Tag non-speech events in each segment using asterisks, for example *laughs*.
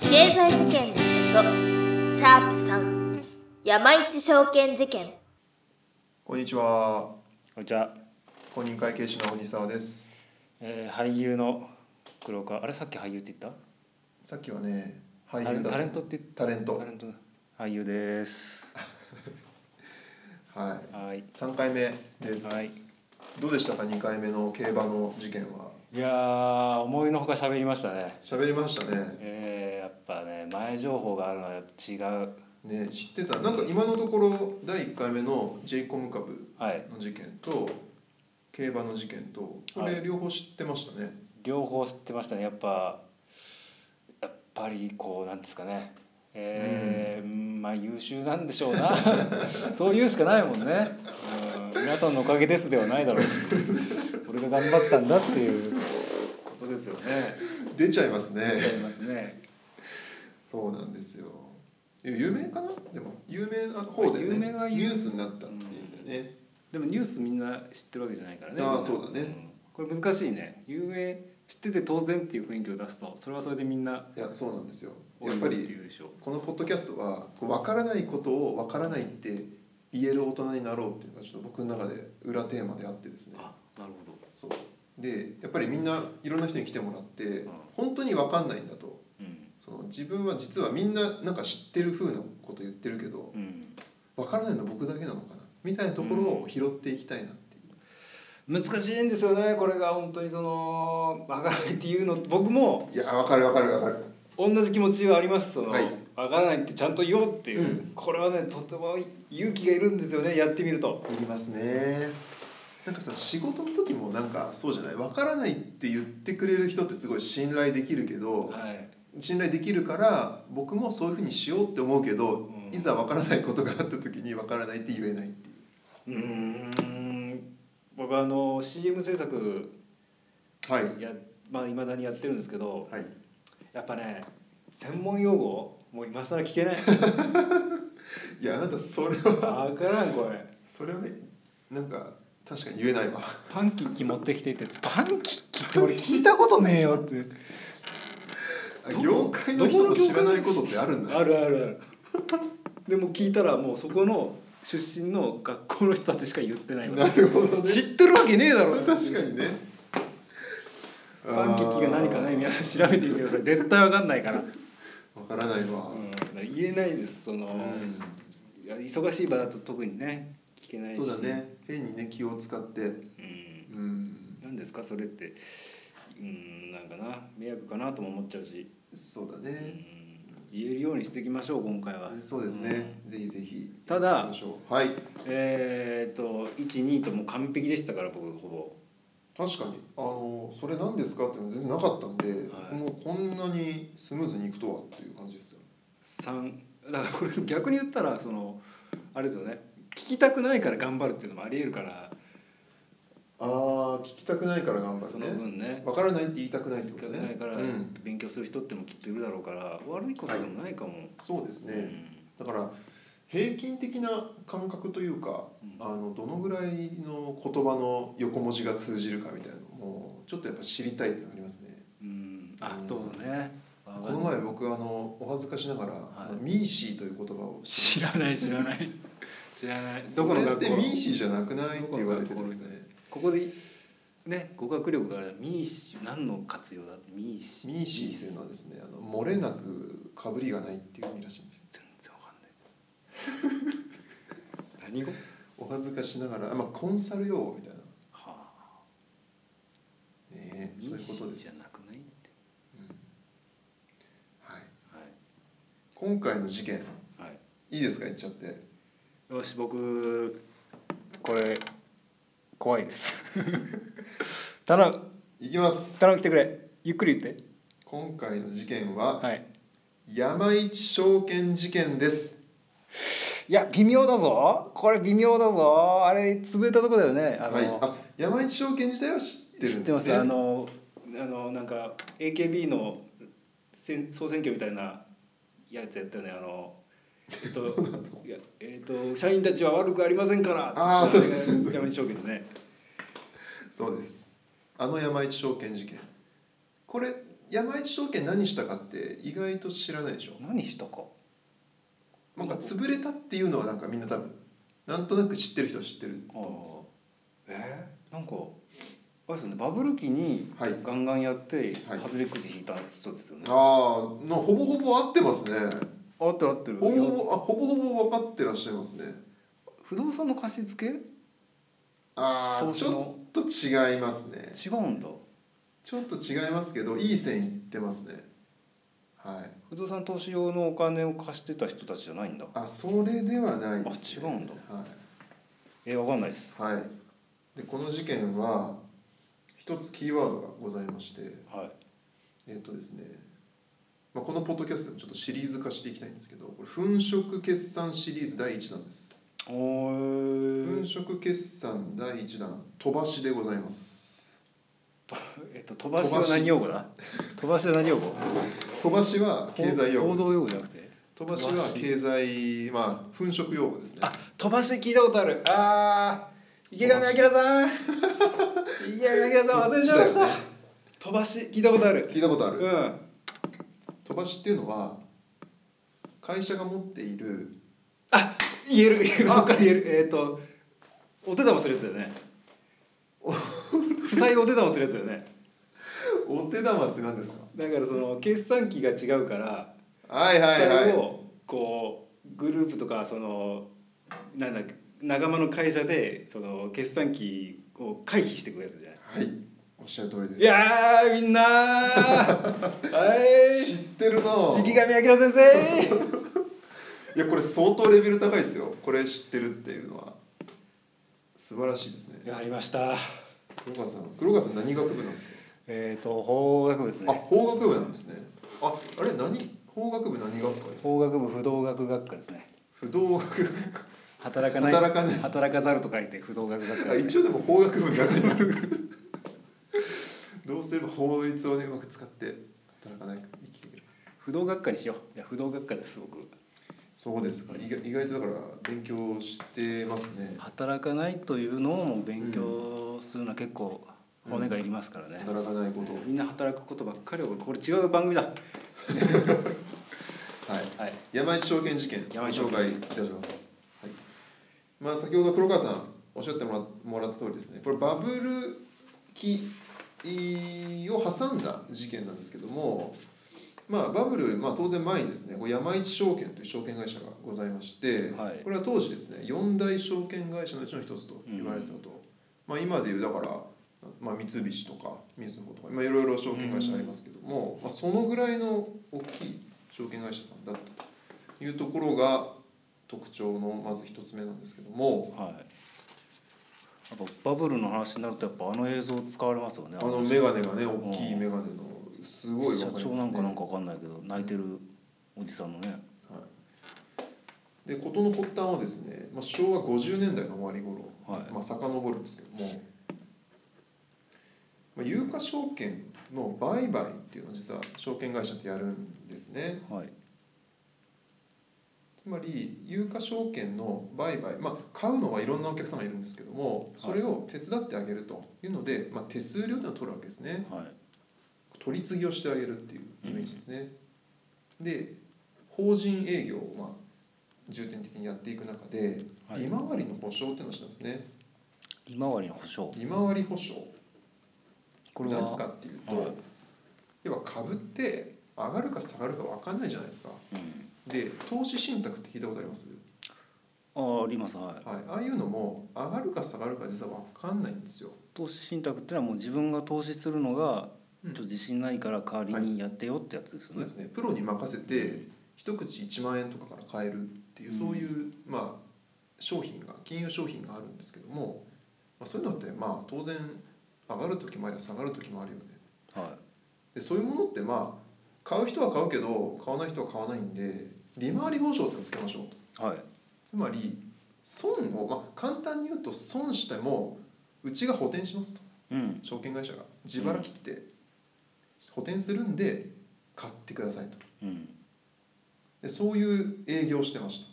経済事件のへそシャープ3山一証券事件こんにちはこんにちは、公認会計士の鬼沢ですえー、俳優の黒川あれさっき俳優って言っさっきはね俳た優だとタレントって言っタレンたトタレント俳優ですはいはい三回目です、はいどうでしたか二回目の競馬の事件はいやー思いのほか喋りましたね喋りましたねえー、やっぱね前情報があるのはやっぱ違うね知ってたなんか今のところ第一回目の j コム株はいの事件と競馬の事件とこはれ両方知ってましたね、両方知ってましたねやっぱやっぱりこうなんですかねえーうんまあ優秀なんでしょうな *laughs* そういうしかないもんね、うん、皆さんのおかげですではないだろうし俺が頑張ったんだっていうことですよね出ちゃいますねちゃいますね。そうなんですよでも有名かなでも有名な方で、ね、有名は有ニュースになったっていうんだよね、でもニュースみんな知ってるわけじゃないからね。ああそうだねんこれ難しいね。有名知ってて当然っていう雰囲気を出すと、それはそれでみんないやそうなんですよおいやおっいぱってりいうでしょう。このポッドキャストはこう分からないことを分からないって言える大人になろうっていうのがちょっと僕の中で裏テーマであってですねあ、なるほど。そうでやっぱりみんないろんな人に来てもらってうん本当に分かんないんだとうん。その自分は実はみんななんか知ってる風なこと言ってるけどうん。分からないの僕だけなのかなみたいなところを拾っていきたいなっていう、難しいんですよね。これが本当にそのわからないっていうの、僕もいや分かる分かる分かる同じ気持ちはあります。そのわ、はいからないってちゃんと言おうっていう、うんこれはねとても勇気がいるんですよね。やってみると。いりますねなんかさ仕事の時もなんかそうじゃない分からないって言ってくれる人ってすごい信頼できるけど、はい。信頼できるから僕もそういうふうにしようって思うけど、うんいざ分からないことがあった時に分からないって言えないっていううーん僕はあの CM 制作はいやまあ未だにやってるんですけどはいやっぱね専門用語もう今更聞けないいやあなたそれはわからんこれそれはなんか確かに言えないわパンキッキ持ってきてってパンキッキって俺聞いたことねえよってあ業界の人の知らないことってあるんだあるあるあるでも聞いたらもうそこの出身の学校の人たちしか言ってないわなるほどね知ってるわけねえだろ確かにねパンキッキが何かね皆さん調べてみてください絶対わかんないから、分からないわ、うん、言えないですその、うんいや忙しい場だと特にね聞けないしそうだね変にね気を使ってうんうん何ですかそれってうんなんかな迷惑かなとも思っちゃうし、そうだうね、ん、言えるようにしていきましょう今回はそうですね、ぜひぜひただ行きましょうはいえー、っと12ともう完璧でしたから僕ほ確かにあのそれ何ですかっていうの全然なかったんで、はいもうこんなにスムーズにいくとはっていう感じですよぼ3だからこれ逆に言ったらそのあれですよね聞きたくないから頑張るっていうのもありえるからああ聞きたくないから頑張そるのね分ね分からないって言いたくないって聞こときたくねないからうん、勉強する人ってもきっといるだろうから悪いことでもないかも、そうですうね、んだから平均的な感覚というか、うんあのどのぐらいの言葉の横文字が通じるかみたいなのもちょっとやっぱ知りたいってのありますねうん、あうんそうだねこの前僕あのお恥ずかしながら、はいミーシーという言葉を知らない知らない知らないどどここのの学って校ミーシーじゃなくないって言われてですどこの学校ねここでね語学力がミーシ何の活用だってミーシミーシーというのはですねあの漏れなくかぶりがないっていう意味らしいんですよ全然わかんない *laughs* 何語お恥ずかしながら、あまあ、コンサル用みたいな、はあね、そういうことでミーシーじゃす、なくないってはい、は今回の事件い、はいいいですか言っちゃってよし僕これ怖いです *laughs* 頼むいきます頼む来てくれゆっくり言って今回の事件は、はい山一証券事件ですいや微妙だぞこれ微妙だぞあれ潰れたとこだよねあの、はい、あ山一証券自体は知ってるんです知ってますあのあのなんか AKB の選総選挙みたいなやつやったよねあのえ *laughs* っといやえっと社員たちは悪くありませんからあーってそうですそうですやめちゃうけどねそうですあの山一証券事件これ山一証券何したかって意外と知らないでしょ何したかなんか潰れたっていうのはなんかみんな多分なんとなく知ってる人は知ってるとあ思うんですーえー、なんかあれですよねバブル期にはいガンガンやってはい外れくじ引いた人ですよね、ああのほぼほぼ合ってますね合ってる合ってるほぼいほやぼあほぼほぼ分かってらっしゃいますね不動産の貸し付けああ投ち資のょっと違いますね違うんだちょっと違いますけどいい線いってますねはい不動産投資用のお金を貸してた人たちじゃないんだあそれではないです、ね、あ違うんだはいえー、わかんないですはい、でこの事件は一つキーワードがございましてはいえっ、とですね、まあ、このポッドキャストでもちょっとシリーズ化していきたいんですけどこれ粉飾決算シリーズ第1弾ですお粉ー飾決算第1弾飛ばしでございますえっと飛ばしは何用語だ飛ばしは何用語飛ばしは経済用報語道です用語じゃなくて飛ばしは経済まあ粉飾用語ですねあ飛ばし聞いたことあるあー池上彰さん *laughs* 池上彰さん忘れちゃいましそっちだよたね飛ばし聞いたことある聞いたことあうる、んは飛ばしっていうのは会社が持っているい言えるあそっから言えるえっ、とお手玉するやつだよ *laughs* ね負債お手玉するやつだよねお手玉って何ですかだからその決算機が違うからはいはいそはいれをこうグループとかそのなんだ仲間の会社でその決算期を回避していくやつじゃないはいおっしゃる通りですいやーみ *laughs* んなーはい知ってるなぁ池上彰先生いやこれ相当レベル高いですよこれ知ってるっていうのは素晴らしいですねやりました黒川さん黒川さん何学部なんですか *laughs* えっ、と法学部ですあね法学部なんですねああれ何法学部何学科ですか法学部不動学学科ですね不動学働かない働かない働かざると書いて不動学学科あで一す、応でも法学部の中にあるどうすれば法律をねうまく使って働かない生きていける不動学科にしよういや不動学科ですすごくそうですか意外意外とだから勉強してますね働かないというのをもう勉強するのは結構骨がいりますからね、働かないことみんな働くことばっかりをこれ違う番組だはいはい山一証券事件ご山一証紹券介いたします、はいまあ、先ほど黒川さんおっしゃってもらもらった通りですねこれバブル期を挟んだ事件なんですけども、まあ、バブルより、まあ、当然前にですねこう山一証券という証券会社がございまして、はいこれは当時ですね四大証券会社のうちの一つと言われてたと、まあ、今でいうだから、まあ、三菱とかみずほとか、まあ、いろいろ証券会社ありますけども、まあ、そのぐらいの大きい証券会社なんだというところが特徴のまず一つ目なんですけどもはいやっぱバブルの話になるとやっぱあの映像使われますよねあの眼鏡がね大きい眼鏡のすごいわか社ります長ねなんかなんかわかんないけど泣いてるおじさんのねで事の発端はですね、まあ、昭和50年代の終わり頃、はいまあ遡るんですけども、まあ、有価証券の売買っていうのを実は証券会社ってやるんですねはいつまり有価証券の売買、まあ、買うのはいろんなお客様がいるんですけどもそれを手伝ってあげるというので、まあ、手数料というのを取るわけですねはい取り次ぎをしてあげるっていうイメージですね、で法人営業をまあ重点的にやっていく中で、はい利回りの保証っていうのをしたんですね利回りの保証利回り保証これ何はかっていうと、はい要は株って上がるか下がるか分かんないじゃないですかうんで投資信託って聞いたことあります、あありますはいはい、ああいうのも上がるか下がるか実は分かんないんですよ投資信託ってのはもう自分が投資するのがちうょんっと自信ないから代わりにやってよってやつですよそうねで、すねプロに任せて一口1万円とかから買えるっていううんそういう、まあ、商品が金融商品があるんですけども、まあ、そういうのってまあ当然上がる時もあれば下がる時もあるよねはでそういうものってまあ買う人は買うけど買わない人は買わないんで利回り保証っていうのをつけましょうといはいつまり損を、まあ、簡単に言うと損してもうちが補填しますと。うん証券会社が自腹切って補填するんで買ってくださいとうんでそういう営業をしてまし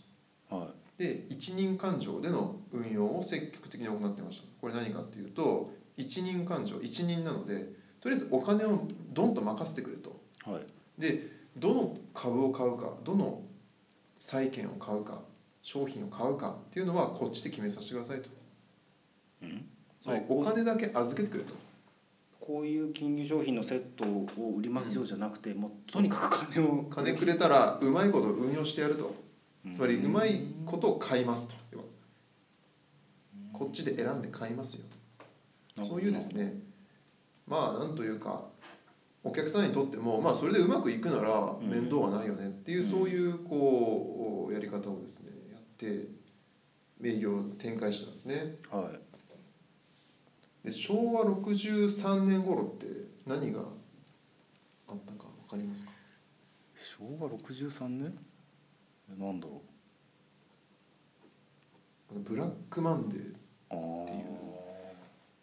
たはで一人勘定での運用を積極的に行ってましたこれ何かっていうと一人勘定一人なのでととりあえずお金をドンと任せてくれとはいでどの株を買うかどの債券を買うか商品を買うかっていうのはこっちで決めさせてくださいとうんつまりお金だけ預けてくれとこういう金融商品のセットを売りますよじゃなくて、もうとにかく金を金くれたらうまいこと運用してやるとつまりうまいことを買いますと要はこっちで選んで買いますよそういうですねまあなんというかお客さんにとってもまあそれでうまくいくならうん面倒はないよねっていううんそういうこうやり方をですねやって営業を展開したんですねはいで昭和63年頃って何があったか分かりますか昭和63年えなんだろあのブラックマンデーうあーっていう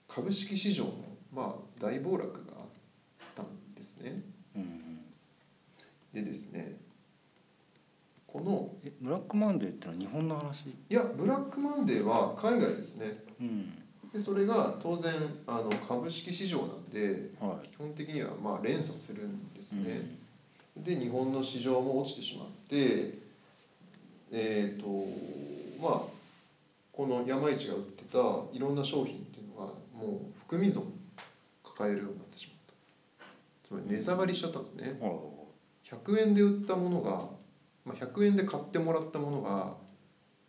株式市場のまあ大暴落があったんですねうんでですねこのえブラックマンデーってのは日本の話いやブラックマンデーは海外ですねうんでそれが当然あの株式市場なんではい基本的にはまあ連鎖するんですね、で日本の市場も落ちてしまってえっ、とまあこの山市が売ってたいろんな商品っていうのがもう含み損を抱えるようになってしまったつまり値下がりしちゃったんですねうん、あ100円で売ったものが、まあ、100円で買ってもらったものが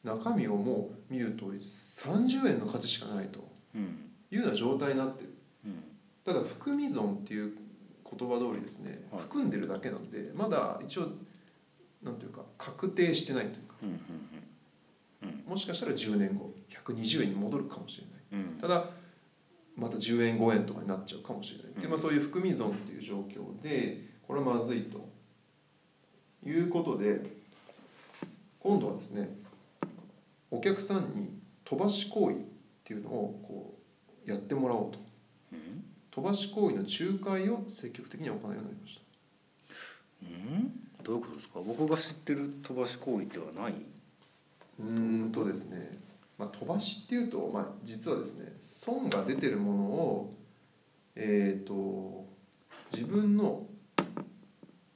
中身をもう見ると30円の価値しかないとーうんいうような状態になってるうんただ含み損っていう言葉通りですね、はい含んでるだけなんでまだ一応なんていうか確定してないというかうんもしかしたら10年後120円に戻るかもしれないうんうんただまた10円5円とかになっちゃうかもしれないっていう、うんまあ、そういう含み損っていう状況でこれはまずいということで今度はですねお客さんに飛ばし行為っていうのをこうやってもらおうとうん飛ばし行為の仲介を積極的に行うようになりましたうんどういうことですか僕が知ってる飛ばし行為ではないうーんとですね、まあ、飛ばしっていうと、まあ、実はですね損が出てるものをえっ、と自分の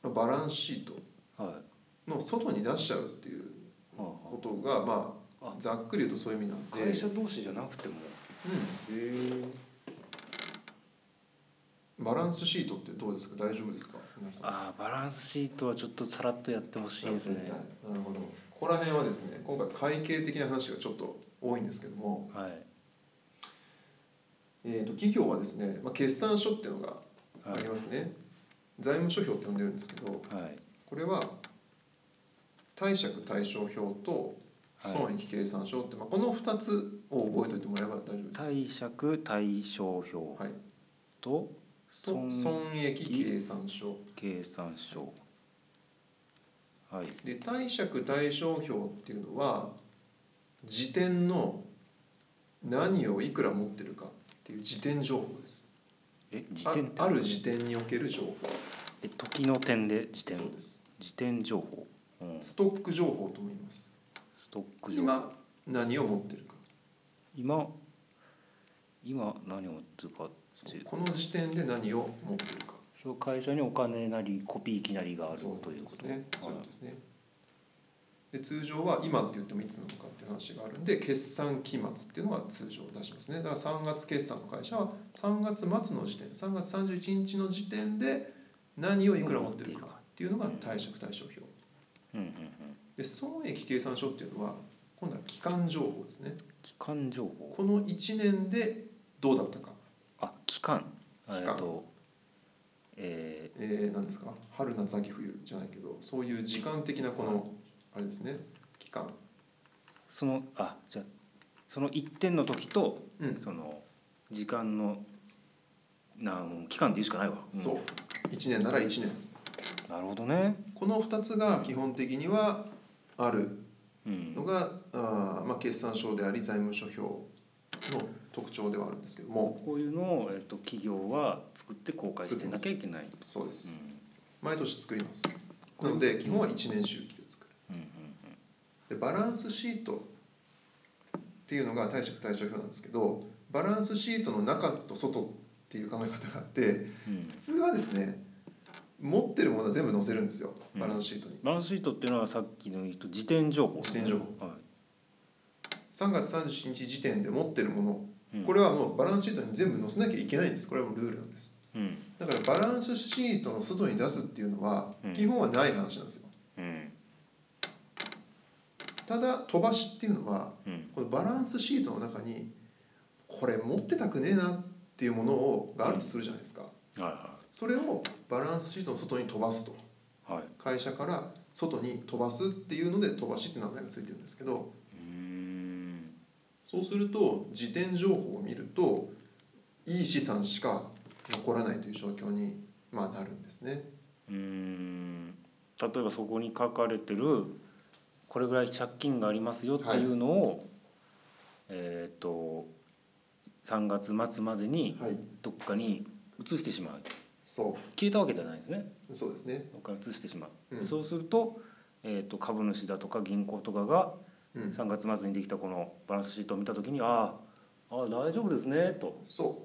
まあバランスシートはいの外に出しちゃうっていうはあはことが、まああ、ざっくり言うとそういう意味なんで会社同士じゃなくてもうん、バランスシートってどうですか大丈夫ですか皆さんああバランスシートはちょっとさらっとやってほしいですねなるほどここら辺はですね今回会計的な話がちょっと多いんですけどもはいえー、と企業はですね、まあ、決算書っていうのがあはいりますね、財務諸表って呼んでるんですけどはいこれは貸借対照表とはい損益計算書って、まあ、この2つを覚えておいてもらえば大丈夫です。貸借対照表はい、とと損損益計算書計算書はいで貸借対照表っていうのは時点の何をいくら持ってるかっていう時点情報です。え時点ってあある時点における情報え時の点で時点そうです。時点情報、うん、ストック情報とも言います。ストック情報今何を持ってるか今今何をっていうかっていうこの時点で何を持ってるかそう会社にお金なりコピー機なりがあるというこそとうですねそういうことですねで通常は今って言ってもいつなのかっていう話があるんで決算期末っていうのが通常出しますねだから3月決算の会社は3月末の時点3月31日の時点で何をいくら持ってるかっていうのが貸借対照表うんうんうんで損益計算書っていうのは今度は期間情報ですね期間情報この1年でどうだったか、あ期間期間えっとええー、何ですか春夏秋冬じゃないけどそういう時間的なこのあれですね期間ーそのあじゃあその一点の時と、うんその時間のなもう期間で言うしかないわ、んそう1年なら1年なるほどねこの2つが基本的にはあるうんのが、あーまあ、決算書であり財務諸表の特徴ではあるんですけどもこういうのを、えっと、企業は作って公開してなきゃいけない。そうです、う毎年作りますなので基本は1年周期で作んうんるでバランスシートっていうのが貸借対照表なんですけどバランスシートの中と外っていう考え方があってうん普通はですね持ってるものは全部載せるんですようんバランスシートに。バランスシートっていうのはさっきの言うと時点情報時点情報は3月31日時点で持ってるものいうん、これはもうバランスシートに全部載せなきゃいけないんですこれはもうルールなんですうんだからバランスシートの外に出すっていうのはうん基本はない話なんですようんただ飛ばしっていうのはうんこのバランスシートの中にこれ持ってたくねえなっていうものをがあるとするじゃないですかはそれをバランスシートの外に飛ばすといはいはい会社から外に飛ばすっていうので飛ばしって名前がついてるんですけどうーんそうすると時点情報を見るといい資産しか残らないという状況に、まあ、なるんですね。うーん例えばそこに書かれてるこれぐらい借金がありますよっていうのを、えっ、と3月末までにはい、どっかに移してしまうそ消えたわけではないですねうそうですね。どっかに移してしまう、うんそうすると,、えー、と株主だとか銀行とかがうん、 3月末にできたこのバランスシートを見た時にあーあー大丈夫ですねと、そ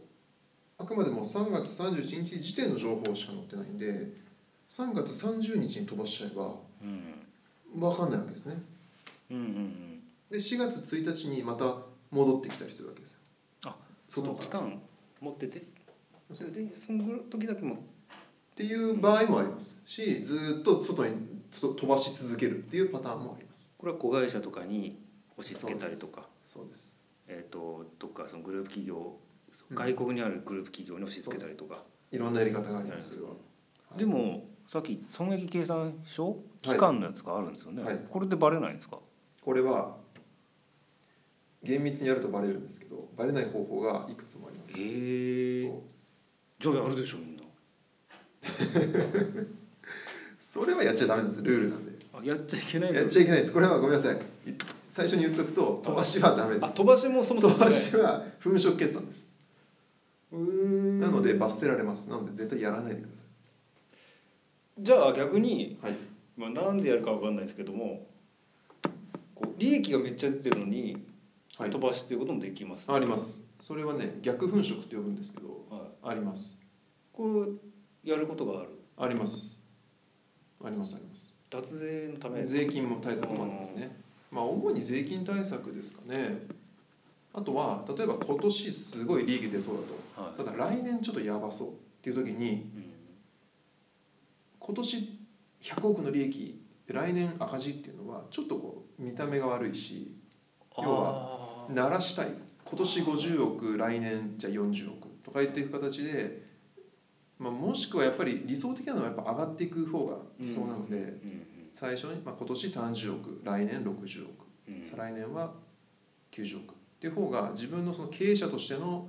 うあくまでも3月31日時点の情報しか載ってないんで3月30日に飛ばしちゃえばうん、分かんないわけですね。うんうんうんで4月1日にまた戻ってきたりするわけですよ。あそ外のか期ら間持っててそれでその時だけもっていう場合もありますしずーっと外にちょっと飛ばし続けるっていうパターンもありますこれは子会社とかに押し付けたりとか、そうですえー、とどっかそのグループ企業うん外国にあるグループ企業に押し付けたりとか、いろんなやり方がありますそれははいでもさっき損益計算書はい期間のやつがあるんですよね、はいこれでバレないんですか、これは厳密にやるとバレるんですけどバレない方法がいくつもありますへえそうじゃあやるでしょみんなそれはやっちゃダメなんですルールなんであやっちゃいけないやっちゃいけないですこれはごめんなさいい最初に言っとくと飛ばしはダメであす飛ばしもそもそも飛ばねしは粉飾決算ですうーんなので罰せられますなので絶対やらないでくださじゃあ逆に、はいまあ、なんでやるかわかんないですけどもこう利益がめっちゃ出てるのにい、はい飛、ばしっていうこともできます、ありますそれはね逆粉飾って呼ぶんですけどはい、ありますこうやることがあるありますありますあります脱税のため税金も対策もありますねまあ主に税金対策ですかねあとは例えば今年すごい利益出そうだはとただ来年ちょっとやばそうっていう時いに、今年100億の利益来年赤字っていうのはちょっとこう見た目が悪いし要は鳴らしたい今年50億来年じゃあ40億とか言っていく形で、まあ、もしくはやっぱり理想的なのはやっぱ上がっていく方が理想なので、最初に、まあ、今年30億来年60億再来年は90億っていう方が自分のその経営者としての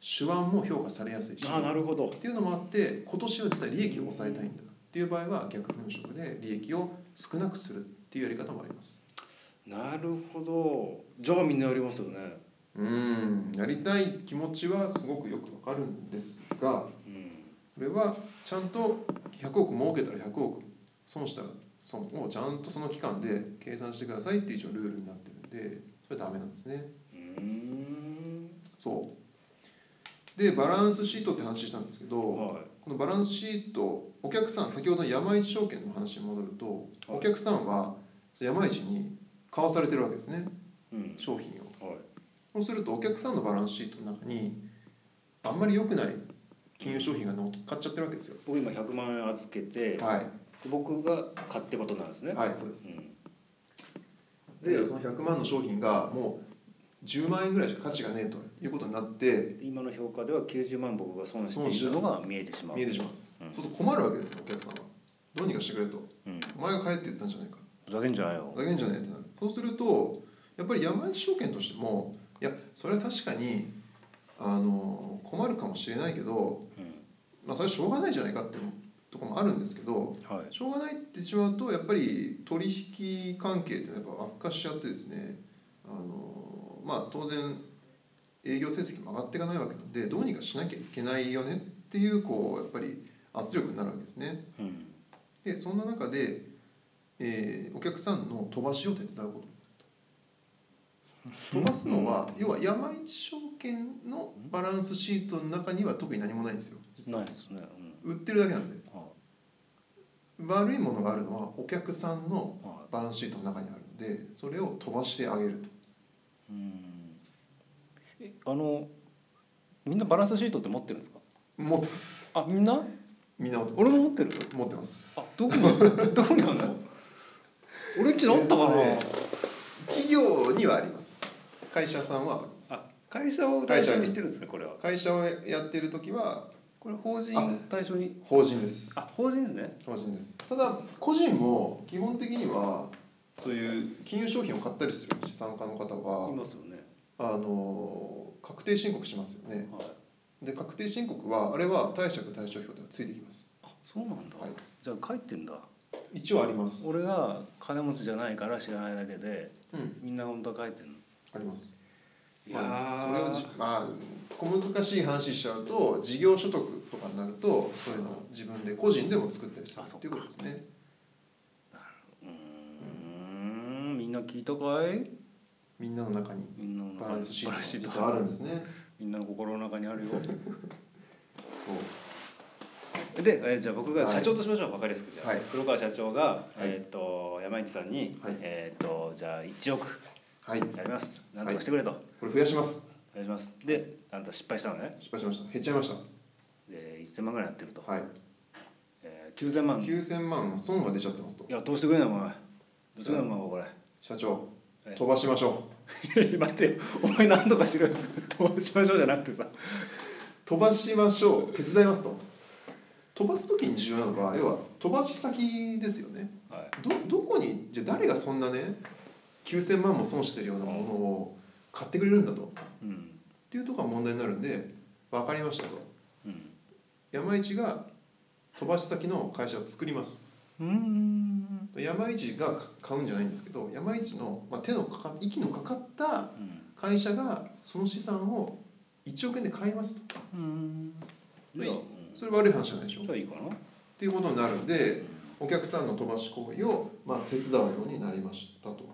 手腕も評価されやすいしああなっるほどていうのもあって今年は実は利益を抑えたいんだっていう場合は逆粉飾で利益を少なくするっていうやり方もありますなるほどじゃあみんなやりますよね、うんやりたい気持ちはすごくよくわかるんですがうんこれはちゃんと100億儲けたら100億損したら損をちゃんとその期間で計算してくださいっていう一応ルールになってるんでそれはダメなんですねうーんそうでバランスシートって話したんですけど、はこのバランスシートお客さん先ほどの山一証券の話に戻ると、はいお客さんはその山一に買わされてるわけですねい、うん商品をはい、そうするとお客さんのバランスシートの中にあんまり良くない金融商品が乗っかっちゃってるわけですよ僕今100万円預けてはい僕が買ってことなんですね、はいそうですうんでその100万の商品がもう10万円ぐらいしか価値がねえということになってで今の評価では90万僕が損しているのが見えてしまう見えてしまう、うんそうすると困るわけですよお客さんはどうにかしてくれとうん、お前が買えって言ったんじゃないかふざけんじゃないよだけんじゃねえってなるそうするとやっぱり山一証券としてもいやそれは確かにあの困るかもしれないけど、まあ、それはしょうがないじゃないかっていうところもあるんですけどはいしょうがないって言ってしまうとやっぱり取引関係ってやっぱ悪化しちゃってですねあの、まあ、当然営業成績も上がっていかないわけなのでどうにかしなきゃいけないよねっていうこうやっぱり圧力になるわけですね。うんでそんな中で、えーお客さんの飛ばしを手伝うこと飛ばすのは要は山一証券のバランスシートの中には特に何もないんですよ実なはいですね。うん売ってるだけなんでは悪いものがあるのはお客さんのいはバランスシートの中にあるのでそれを飛ばしてあげるとい。うん。えあのみんなバランスシートって持ってるんですか？持ってますあみんな？みんな持ってます俺も持ってる。持ってますあどこ *laughs* にどこにあんの？俺っちにあったかなえっと。企業にはあります会社さんはあ会社を対象にしてるんですねこれは。会社をやってる時はこれ法人あ対象に。法人ですあ法人ですね。法人ですただ個人も基本的にはそういう金融商品を買ったりする資産家の方いはますよね。あの確定申告しますよねはい。で確定申告はあれは貸借対照表ではついてきますあそうなんだ。はいじゃあ書いてんだ。一応あります俺が金持ちじゃないから知らないだけでうんみんな本当は書いてんの。ありますいやまあ、ーそれをじまあ小難しい話しちゃうと事業所得とかになるとそういうのを自分で個人でも作ったりするあそってっかいうことですねうーんみんな聞いたかいみんなの中にみんなのバランスシートがト実はあるんですねみんなの心の中にあるよそうで、えーじゃあ僕がはい社長としましょう、わかりやすくじゃあ、はい黒川社長が、いえーっと山市さんに、はいえーっとじゃあ1億はいやりますなんとかしてくれと、これ増やしますお願いしますであんた失敗したのね失敗しました減っちゃいましで1000万ぐらいやってると、たはいえー、9000万い9000万の損が出ちゃってますとやどうしてくれないお前どうしてくれないお前これ社長え飛ばしましょうい *laughs* や待ってよお前何とかしろよどうしましょうじゃなくてさ飛ばしましょう手伝いますと飛ばす時に重要なのは要は飛ばし先ですよねはいどどこにじゃあ誰がそんなね9,000万も損してるようなものを買ってくれるんだとっうんていうところが問題になるんで分かりましたとうん山一が飛ばし先の会社を作りますうーん山一が買うんじゃないんですけど山一の、まあ、手のかか息のかかったうん会社がその資産を1億円で買いますとうんはいじゃあそれ悪い話じゃないでしょっじゃあいいかなていうことになるんでお客さんの飛ばし行為を、まあ、手伝うようになりましたと、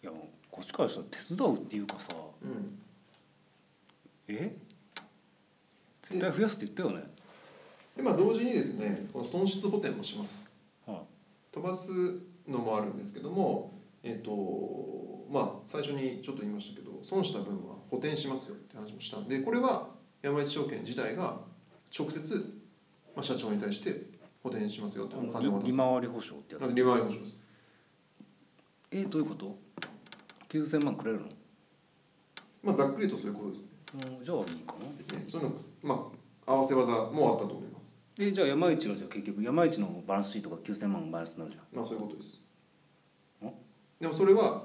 いやこっちからしたら手伝うっていうかさうん、え絶対増やすって言ったよねでまあ同時にですねこの損失補填もしますは飛ばすのもあるんですけどもえっ、とまあ最初にちょっと言いましたけど損した分は補填しますよって話もしたんでこれは山一証券自体が直接、まあ、社長に対して補填しますよってあおの金を渡利す利回り保証ってやまずつ利回り保証ですえどういうこと9000万くれるのまあざっくりとそういうことですねうんじゃあいいかなねそういうのまあ合わせ技もあったと思いますえじゃあ山市はじゃあ結局山市のバランスシートが9000万バランスになるじゃんまあそういうことですんでもそれは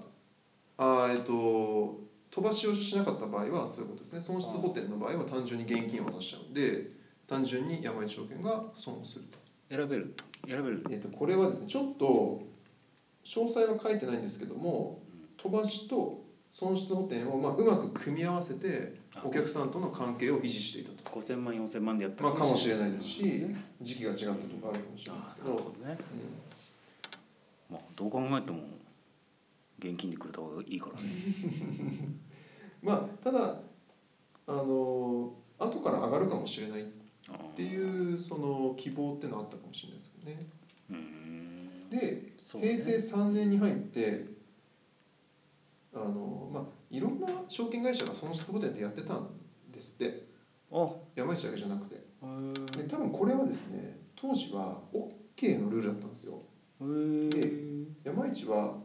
あーえっと飛ばしをしなかった場合はそういうことですね損失補填の場合は単純に現金を渡しちゃうんで単純に山一証券が損をすると,、選べる選べるえっとこれはですねちょっと詳細は書いてないんですけども飛ばしと損失補填をまあうまく組み合わせてあお客さんとの関係を維持していたと5000万4000万でやったまあかもしれないですしね時期が違ったとかあるかもしれないであすけなるど、ほどねうんまあどう考えても現金でくれた方がいいからねまあただあの後から上がるかもしれないっていうその希望ってのはあったかもしれないですけどね。うーんで、そうね平成3年に入ってあのまあいろんな証券会社が損失補填でやってたんですってあ山一だけじゃなくてへでー多分これはですね当時は OK のルールだったんですよへー山一は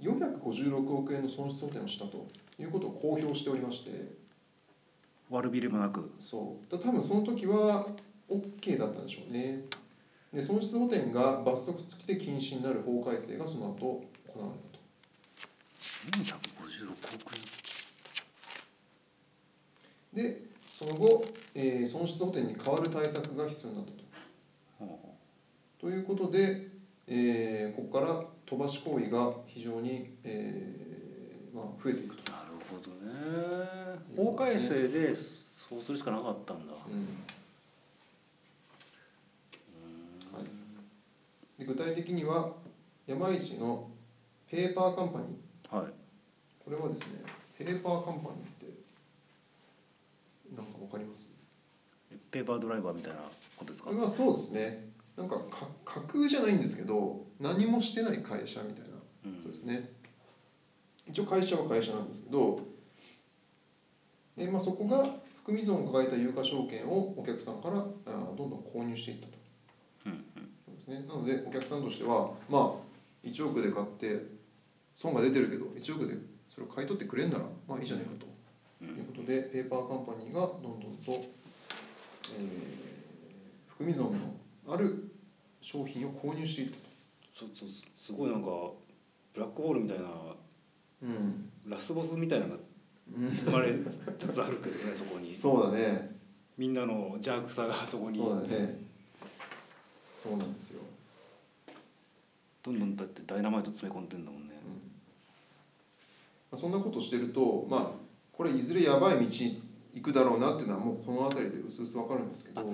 456億円の損失補填をしたということを公表しておりまして悪びれもなくそうだ多分その時は OK だったんでしょうねで損失補填が罰則付きで禁止になる法改正がその後行われたと456億円でその後、えー損失補填に代わる対策が必要になったとはということで、えーここから飛ばし行為が非常に、えーまあ、増えていくと、あなるほどね法改正でそうするしかなかったんだうんうはい、で具体的には山一のペーパーカンパニーーんはいここれはですねペーパーカンパニーってなんかわかりますペーパードライバーみたいなことですかまあそうですねなんかか架空じゃないんですけど何もしてない会社みたいなうんそうですね一応会社は会社なんですけどで、まあ、そこが含み損を抱えた有価証券をお客さんからあーどんどん購入していったと、そうですね、なのでお客さんとしてはまあ1億で買って損が出てるけど1億でそれを買い取ってくれんならまあいいじゃないかと、いうことでペーパーカンパニーがどんどんと、えー含み損のある商品を購入していったと。ちょっとすごいなんかブラックホールみたいなうんラスボスみたいなのが生まれつつあるけどねそこにそうだねみんなの邪悪さがそこにそうだねそうなんですよ、どんどんだってダイナマイト詰め込んでんだもんねうんまあ、そんなことしてるとまあこれいずれやばい道行くだろうなっていうのはもうこの辺りでうすうすわかるんですけど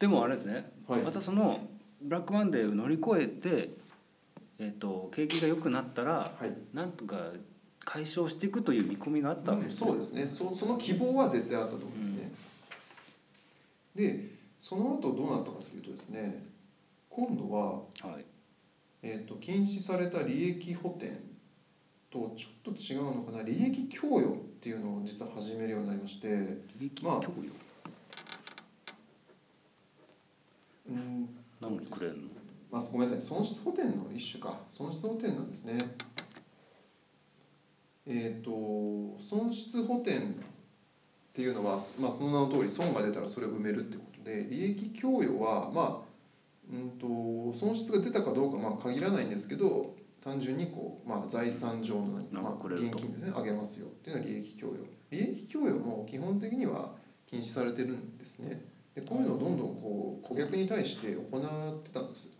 でもあれですね、はいまたそのブラックマンデーを乗り越えて、えっと景気が良くなったらはい、なんとか解消していくという見込みがあったわけうんですねそうですねそその希望は絶対あったと思うんですね、でその後どうなったかというとですね今度は、はいえー、と禁止された利益補填とちょっと違うのかな利益供与っていうのを実は始めるようになりまして、利益まあ供与、うん、なのにくれるのまあ、ごめんなさい損失補填の一種か損失補填なんですねえっ、と損失補填っていうのは、まあ、その名の通り損が出たらそれを埋めるってことで利益供与はまあうんと損失が出たかどうかまあ限らないんですけど単純にこう、まあ、財産上のな何んかまあ、くれる現と金ですねあげますよっていうのは利益供与利益供与も基本的には禁止されてるんですねでこういうのをどんどんこう顧客に対して行ってたんです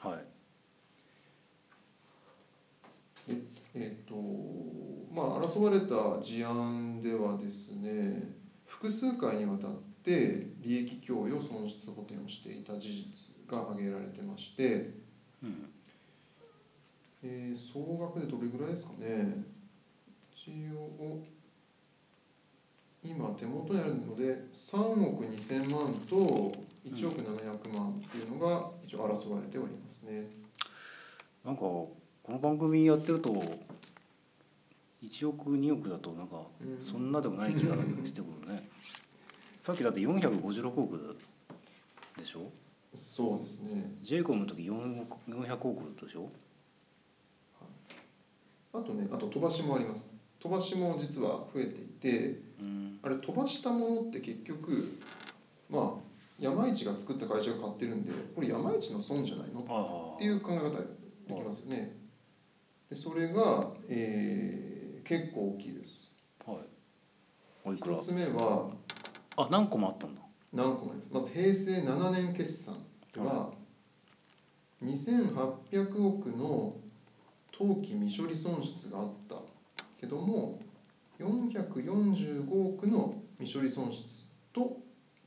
はいえっとまあ争われた事案ではですね複数回にわたって利益供与損失補填をしていた事実が挙げられてまして、うんえー総額でどれぐらいですかね一応今手元にあるので3億2,000万と1億700万っていうのが一応争われてはいますね。なんかこの番組やってると1億2億だとなんかうんそんなでもない気がしてく *laughs* るねさっきだって456億でしょそうですね j イコムの時4億400億でしょあとねあと飛ばしもあります飛ばしも実は増えていてうんあれ飛ばしたものって結局まあ山一が作った会社が買ってるんでこれ山一の損じゃないのああっていう考え方できますよねでそれが、えー結構大きいですはいおいくら1つ目はあ何個もあったんだ何個もありますまず平成7年決算では2800億の当期未処理損失があったけども445億の未処理損失と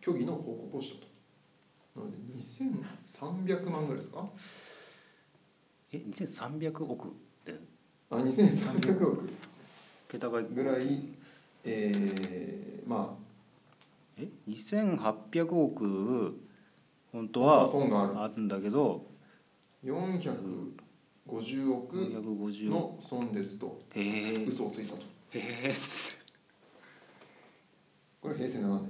虚偽の報告をしたとなので2300万ぐらいですかえ2300億ってあ2300億桁がぐらいえー、まえ2800億本当あ、まあ、は損があるあるんだけど450億450億の損ですとへえ嘘をついたと。へえつってこれ平成7年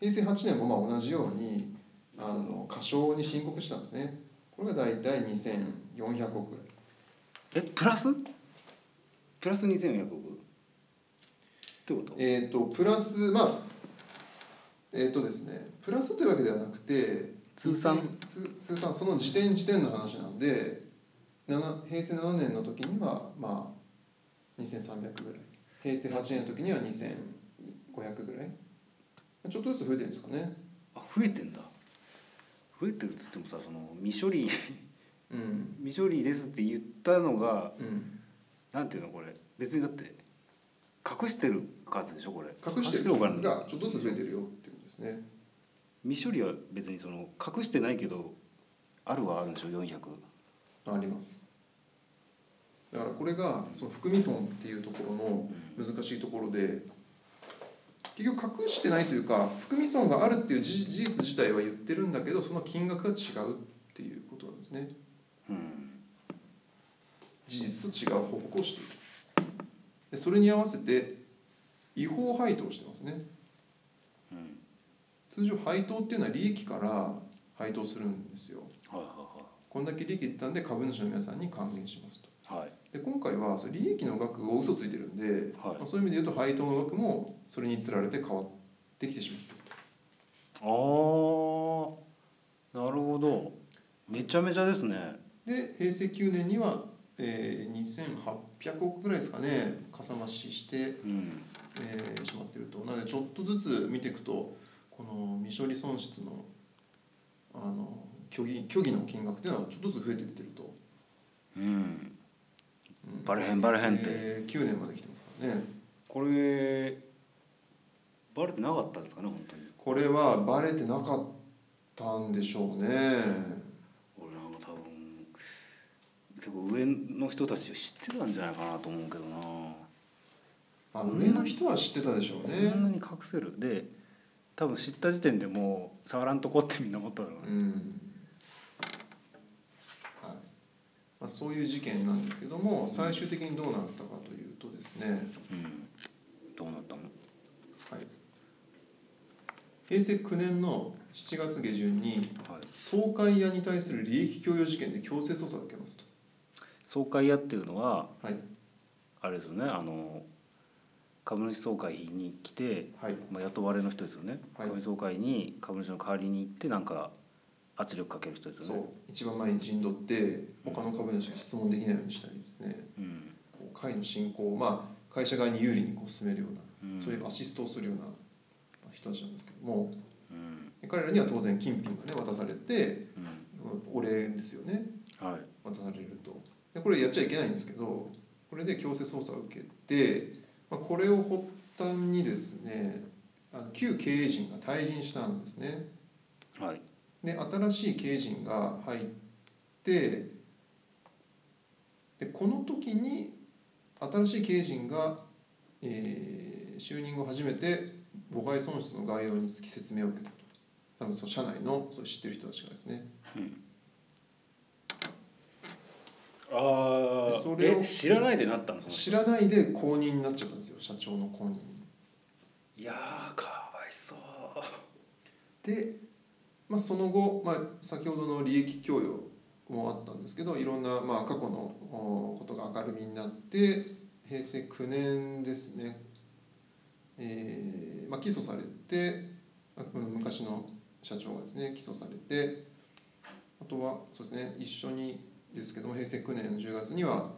平成8年もまあ同じようにあそうの過少に申告したんですねこれが大体2400億ぐらい *laughs* えプラスプラス2400億ってことえっ、とプラスまあえっ、とですねプラスというわけではなくて通算2000通通算その時点時点の話なんでな平成7年の時にはまあ2300ぐらい平成8年の時には2500ぐらいちょっとずつ増えてるんですかねあ増えてんだ増えてるっつってもさその未処理 *laughs* うん未処理ですって言ったのがうんなんていうのこれ別にだって隠してる数でしょこれ隠してるお金金がちょっとずつ増えてるよっていうことですね未処理は別にその隠してないけどあるはあるんでしょ400ありますだからこれがその福見村っていうところの難しいところで結局隠してないというか福見村があるっていう事事実自体は言ってるんだけどその金額が違うっていうことなんですねうん事実と違う報告をしているでそれに合わせて違法配当をしてますねうん通常配当っていうのは利益から配当するんですよはいこんだけ利益いったんで株主の皆さんに還元しますとはいはいで今回はその利益の額を嘘ついてるんで、はいまあ、そういう意味で言うと配当の額もそれにつられて変わってきてしまったああなるほどめちゃめちゃですねで平成9年には、えー、2800億ぐらいですかねかさ増しして、うんえーしまってるとなのでちょっとずつ見ていくとこの未処理損失のあの虚偽虚偽の金額っていうのはちょっとずつ増えていってると、うんうんバレへんバレへんって平成9年まで来てますからねこれバレてなかったんですかね本当にこれはバレてなかったんでしょうね俺なんか多分結構上の人たちを知ってたんじゃないかなと思うけどなあ上の人は知ってたでしょうねこんなに隠せるで多分知った時点でもう触らんとこってみんな思ったのかうなんはいまあ、そういう事件なんですけども最終的にどうなったかというとですね、うんどうなったのはい、平成9年の7月下旬にはい総会屋に対する利益供与事件で強制捜査を受けますと。総会屋っていうのははいあれですよねあの株主総会に来て、はいまあ、雇われの人ですよね、はい株主総会に株主の代わりに行ってなんか圧力かける人ですよそねう一番前に陣取って他の株主が質問できないようにしたりですねうんこう会の進行を、まあ、会社側に有利にこう進めるような、うんそういうアシストをするようなまあ人たちなんですけどもうんで彼らには当然金品がね渡されてうんお礼ですよねはい渡されるとでこれやっちゃいけないんですけどこれで強制捜査を受けて、まあ、これを発端にですねあの旧経営陣が退陣したんですねはいで新しい経営陣が入ってでこの時に新しい経営陣が、えー就任後初めて母害損失の概要につき説明を受けたと多分その社内のそう知ってる人たちがですねあーそれをえ知らないでなったの知らないで後任になっちゃったんですよ社長の後任いやーかわいそうで、まあ、その後、まあ、先ほどの利益供与もあったんですけどいろんな、まあ、過去のおことが明るみになって平成9年ですね、えーまあ、起訴されてあこの昔の社長がですね起訴されてあとはそうですね一緒にですけども平成9年の10月には、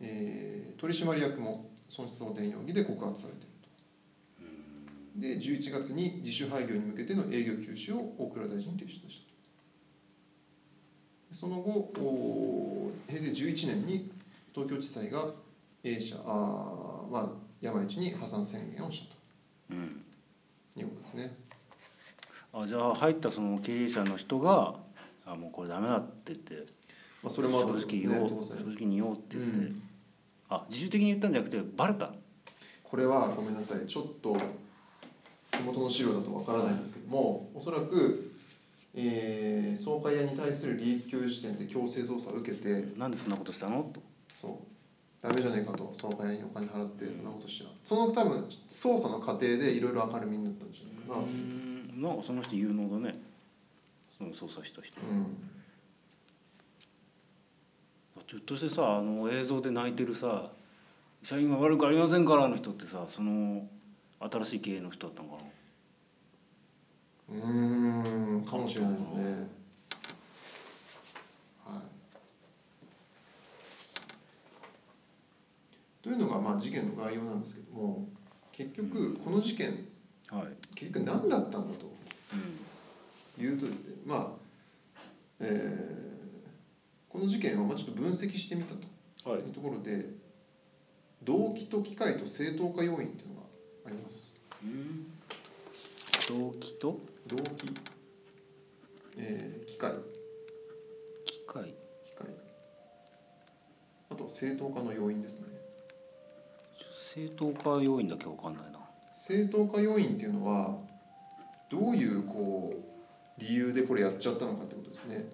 えー取締役も損失汚点容疑で告発されていると。で11月に自主廃業に向けての営業休止を大蔵大臣に提出したその後おー平成11年に東京地裁が A 社あー、まあ、山一に破産宣言をしたうんということですねあじゃあ入ったその経営者の人が「あもうこれダメだ」って言ってまあそれもあったと正直思言おういます正ね当然直に言おうって言って、うんあ自主的に言ったんじゃなくてバレたこれはごめんなさいちょっと手元の資料だとわからないんですけどもおそらく、えー、総会屋に対する利益共有時点で強制捜査を受けて、なんでそんなことしたのとそうダメじゃねえかとその金にお金払ってそんなことしちゃうその多分捜査の過程でいろいろ明るみになったんじゃないかななんかその人有能だねその捜査した人うんちょっとしてさあの映像で泣いてるさ「社員は悪くありませんから」の人ってさその新しい経営の人だったのかなうーんかもしれないですねはいというのがまあ事件の概要なんですけども結局この事件はい、結局何だったんだと言うとですねまあえーこの事件をまあちょっと分析してみたとうん、はいというところで動機と機会と正当化要因っていうのがあります動機と動機、えー機会機械機会あと正当化の要因ですね正当化要因だけわかんないな正当化要因っていうのはどういうこう理由でこれやっちゃったのかってことですね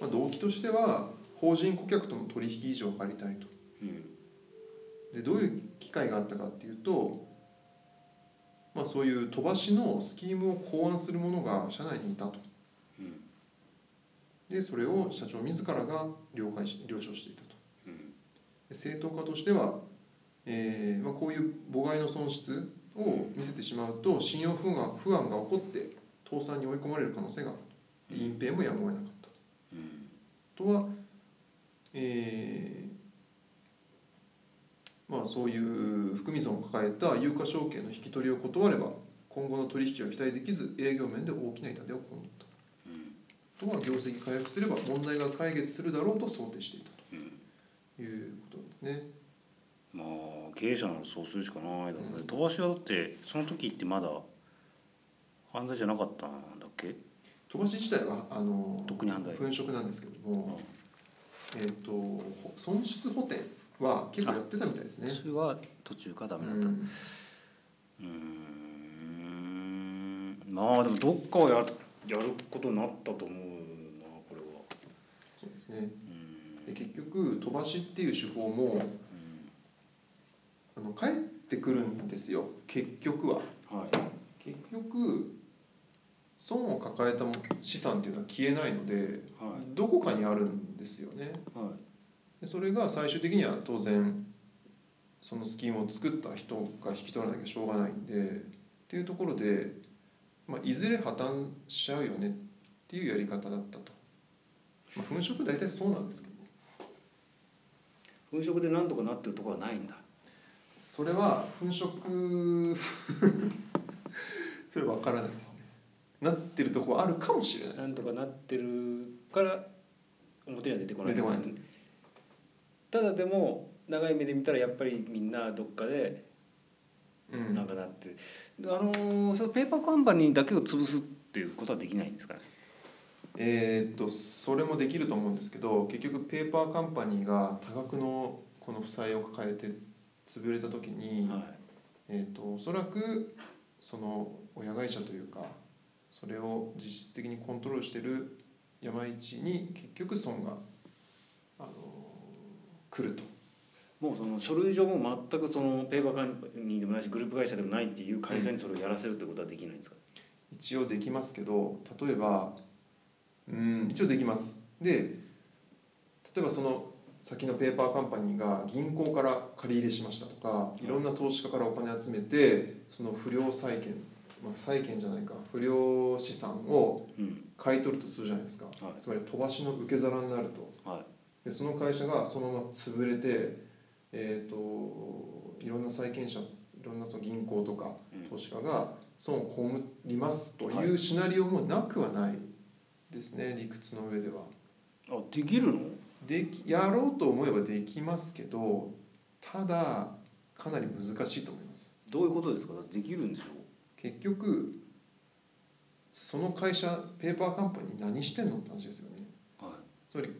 まあ、動機としては法人顧客との取引以上を借りたいとうんでどういう機会があったかっていうと、まあ、そういう飛ばしのスキームを考案する者が社内にいたと、うんでそれを社長自らが了解し了承していたとうんで正当化としては、えーまあ、こういう母害の損失を見せてしまうと信用不安が不安が起こって倒産に追い込まれる可能性があるで隠蔽もやむを得なかったうんとは、えーまあ、そういう含み損を抱えた有価証券の引き取りを断れば今後の取引を期待できず営業面で大きな痛手を被ったとは業績回復すれば問題が解決するだろうと想定していたということですね。まあ経営者ならそうするしかないだろうね、飛ばしはだってその時ってまだ犯罪じゃなかったんだっけ飛ばし自体はあの特に犯罪粉飾なんですけども、えー、とほ損失補填は結構やってたみたいですね。それは途中からダメだったうんうーんまあでもどっかはややることになったと思うなこれはそうですねで結局飛ばしっていう手法もあの返ってくるんですよ結局ははい結局損を抱えた資産っていうのは消えないのではいどこかにあるんですよねはでそれが最終的には当然そのスキームを作った人が引き取らなきゃしょうがないんでっていうところで、まあ、いずれ破綻しちゃうよねっていうやり方だったと、まあ、粉飾大体そうなんですけどい粉飾でなんとかなってるところはないんだそれは粉飾 *laughs* それわからないですねなってるとこあるかもしれないでなすんとかなってるから表には出てこない出てこないただでも長い目で見たらやっぱりみんなどっかでうんなんかなって、あのーそのペーパーカンパニーだけを潰すっていうことはできないんですかねえーっとそれもできると思うんですけど結局ペーパーカンパニーが多額のこの負債を抱えて潰れた時に、えーっとおそらくその親会社というかそれを実質的にコントロールしてる山一に結局損が、あの来るともうその書類上も全くそのペーパーカンパニーでもないしグループ会社でもないっていう会社にそれをやらせるってことはできないんですか、一応できますけど例えばうん一応できますで例えばその先のペーパーカンパニーが銀行から借り入れしましたとかいろんな投資家からお金集めてその不良債権、まあ、債権じゃないか不良資産をうん買い取るとするじゃないですか、はいつまり飛ばしの受け皿になるとはいでその会社がそのまま潰れて、えー、といろんな債権者いろんなその銀行とかうん投資家が損を被りますというシナリオもなくはないですね、理屈の上では。あできるのできやろうと思えばできますけどただかなり難しいと思います。どういうことですかだってできるんでしょ結局その会社ペーパーカンパニー何してんのって話ですよね。はつまり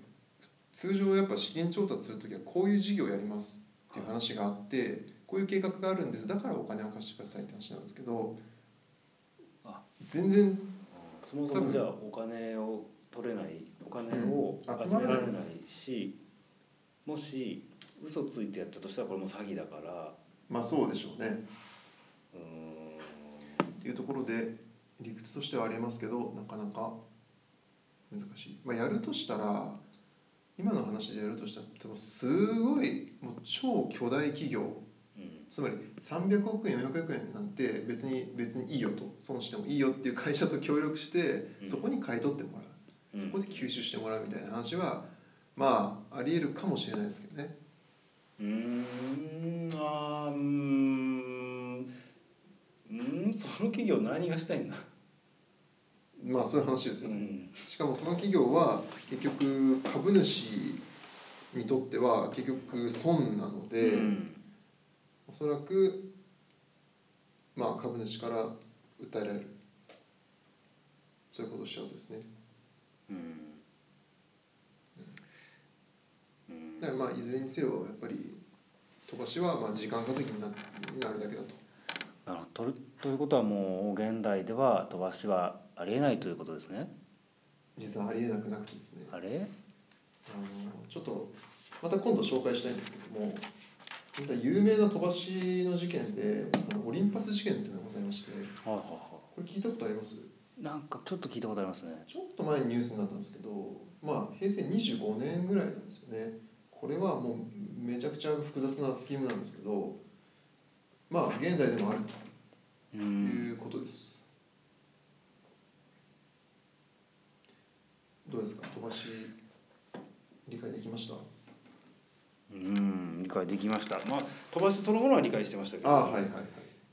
通常やっぱ資金調達する時はこういう事業をやりますっていう話があって、こういう計画があるんですだからお金を貸してくださいって話なんですけどあ全然そもそ多も分じゃあお金を取れないお金をうん集められないし、もし嘘ついてやったとしたらこれもう詐欺だからまあそうでしょうねうーんっていうところで理屈としてはありえますけどなかなか難しい、まあ、やるとしたら今の話でやるとしたらでもすごいもう超巨大企業うんつまり300億円400円なんて別に別にいいよと損してもいいよっていう会社と協力してうんそこに買い取ってもらう、うんそこで吸収してもらうみたいな話はまあありえるかもしれないですけどねうーんあーうーんうーんその企業何がしたいんだ、まあそういう話ですうよね、んしかもその企業は結局株主にとっては結局損なので、うんおそらくまあ株主から訴えられるそそういうことしちゃうんですねうんうんだからまあいずれにせよやっぱり飛ばしはまあ時間稼ぎにななるだけだとなるほどとるということはもう現代では飛ばしはありえないということですね実はありえなくなくてですねあれあのちょっとまた今度紹介したいんですけども実は有名な飛ばしの事件であのオリンパス事件っていうのがございましてはいはいはこれ聞いたことありますいなんかちょっと聞いたことありますねちょっと前にニュースになったんですけど、まあ、平成25年ぐらいなんですよねこれはもうめちゃくちゃ複雑なスキームなんですけどまあ現代でもあるうとんいうことです、どうですか飛ばし理解できましたうん理解できましたまあ飛ばしそのものは理解してましたけどああはいはいはい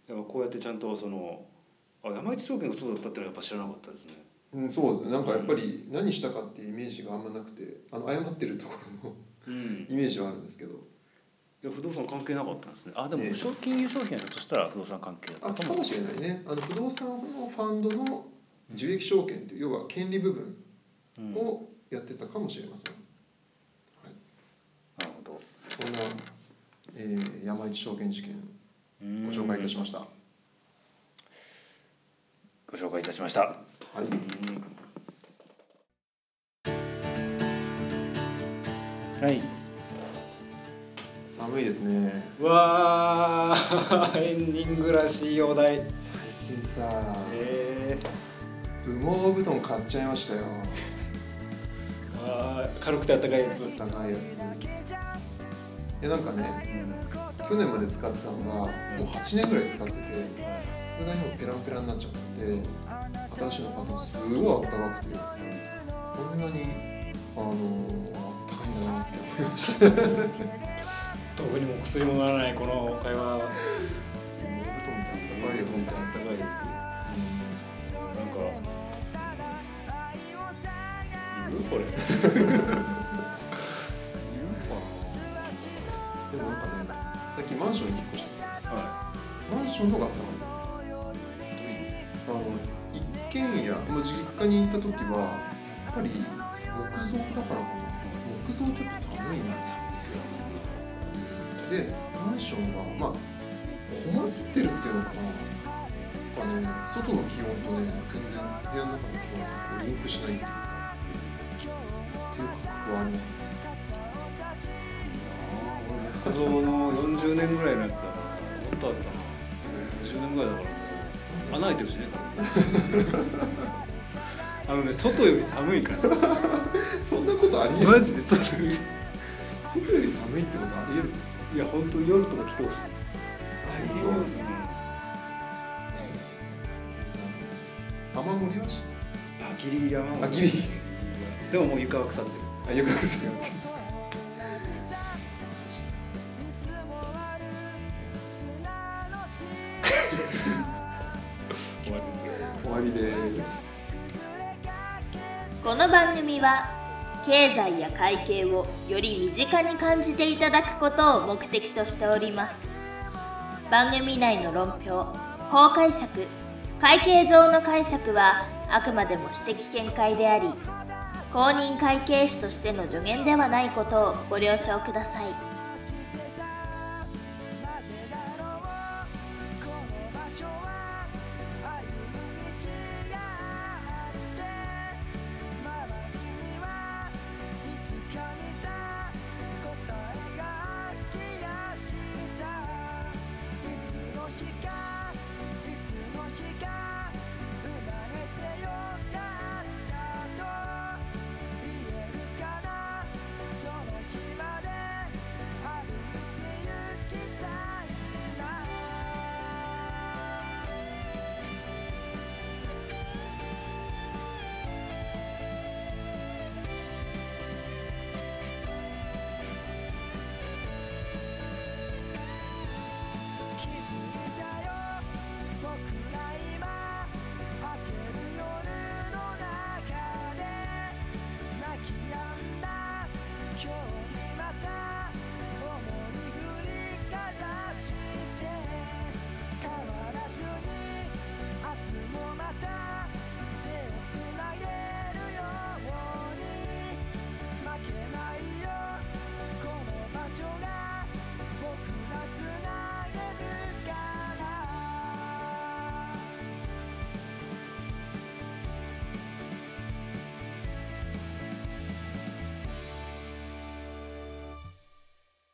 でもこうやってちゃんとそのあ山一証券がそうだったってのはやっぱ知らなかったですねうん、そうですねなんかやっぱり何したかっていうイメージがあんまなくてあの謝ってるところの *laughs* うんイメージはあるんですけどいや不動産関係なかったんですねあでもええ証金融商品はひょっとしたら不動産関係だあったかかももしれないねあの不動産のファンドの受益証券という要は権利部分うんなるをやってたかもしれません、ほどそんな、えー山一証券事件うんご紹介いたしました、ご紹介いたしましたはいはい寒いですねわあ *laughs* エンディングらしいお題最近さえ羽毛布団買っちゃいましたよー、あー軽くてあったかいやつ高いやついやなんかね去年まで使ってたのがもう8年ぐらい使っててさすがにもうペランペラになっちゃって新しいの買ったのすごいあったかくてこんなにあのあったかいんだなって思いました *laughs* 特にもう薬もならないこの会話羽毛布団ってあったかいよみたいなあったかいよなんかいるこれでもなんかね最近マンションに引っ越したんですよはマンションの方があったかいですねあの一軒家、まあ、実家にいた時はやっぱり木造だからかな木造ってやっぱ寒いな寒いですよでマンションがまあこもってるっていうのかなやっぱね外の気温とね全然部屋の中の気温がこうリンクしないっていうかっていう感覚はありますねい小僧の40年ぐらいのやつだからさもっとあったな10年ぐらいだから穴開いてるしねあのね外より寒いからそんなことありえるマジでそう外より寒いってことありえるんですかいや本当夜とか来てほしいあうんあ雨漏りはしギリギリ雨もあギリギリでももう床は腐ってるあよくする終わりですよ終わりですこの番組は経済や会計をより身近に感じていただくことを目的としております番組内の論評法解釈会計上の解釈はあくまでも私的見解であり公認会計士としての助言ではないことをご了承ください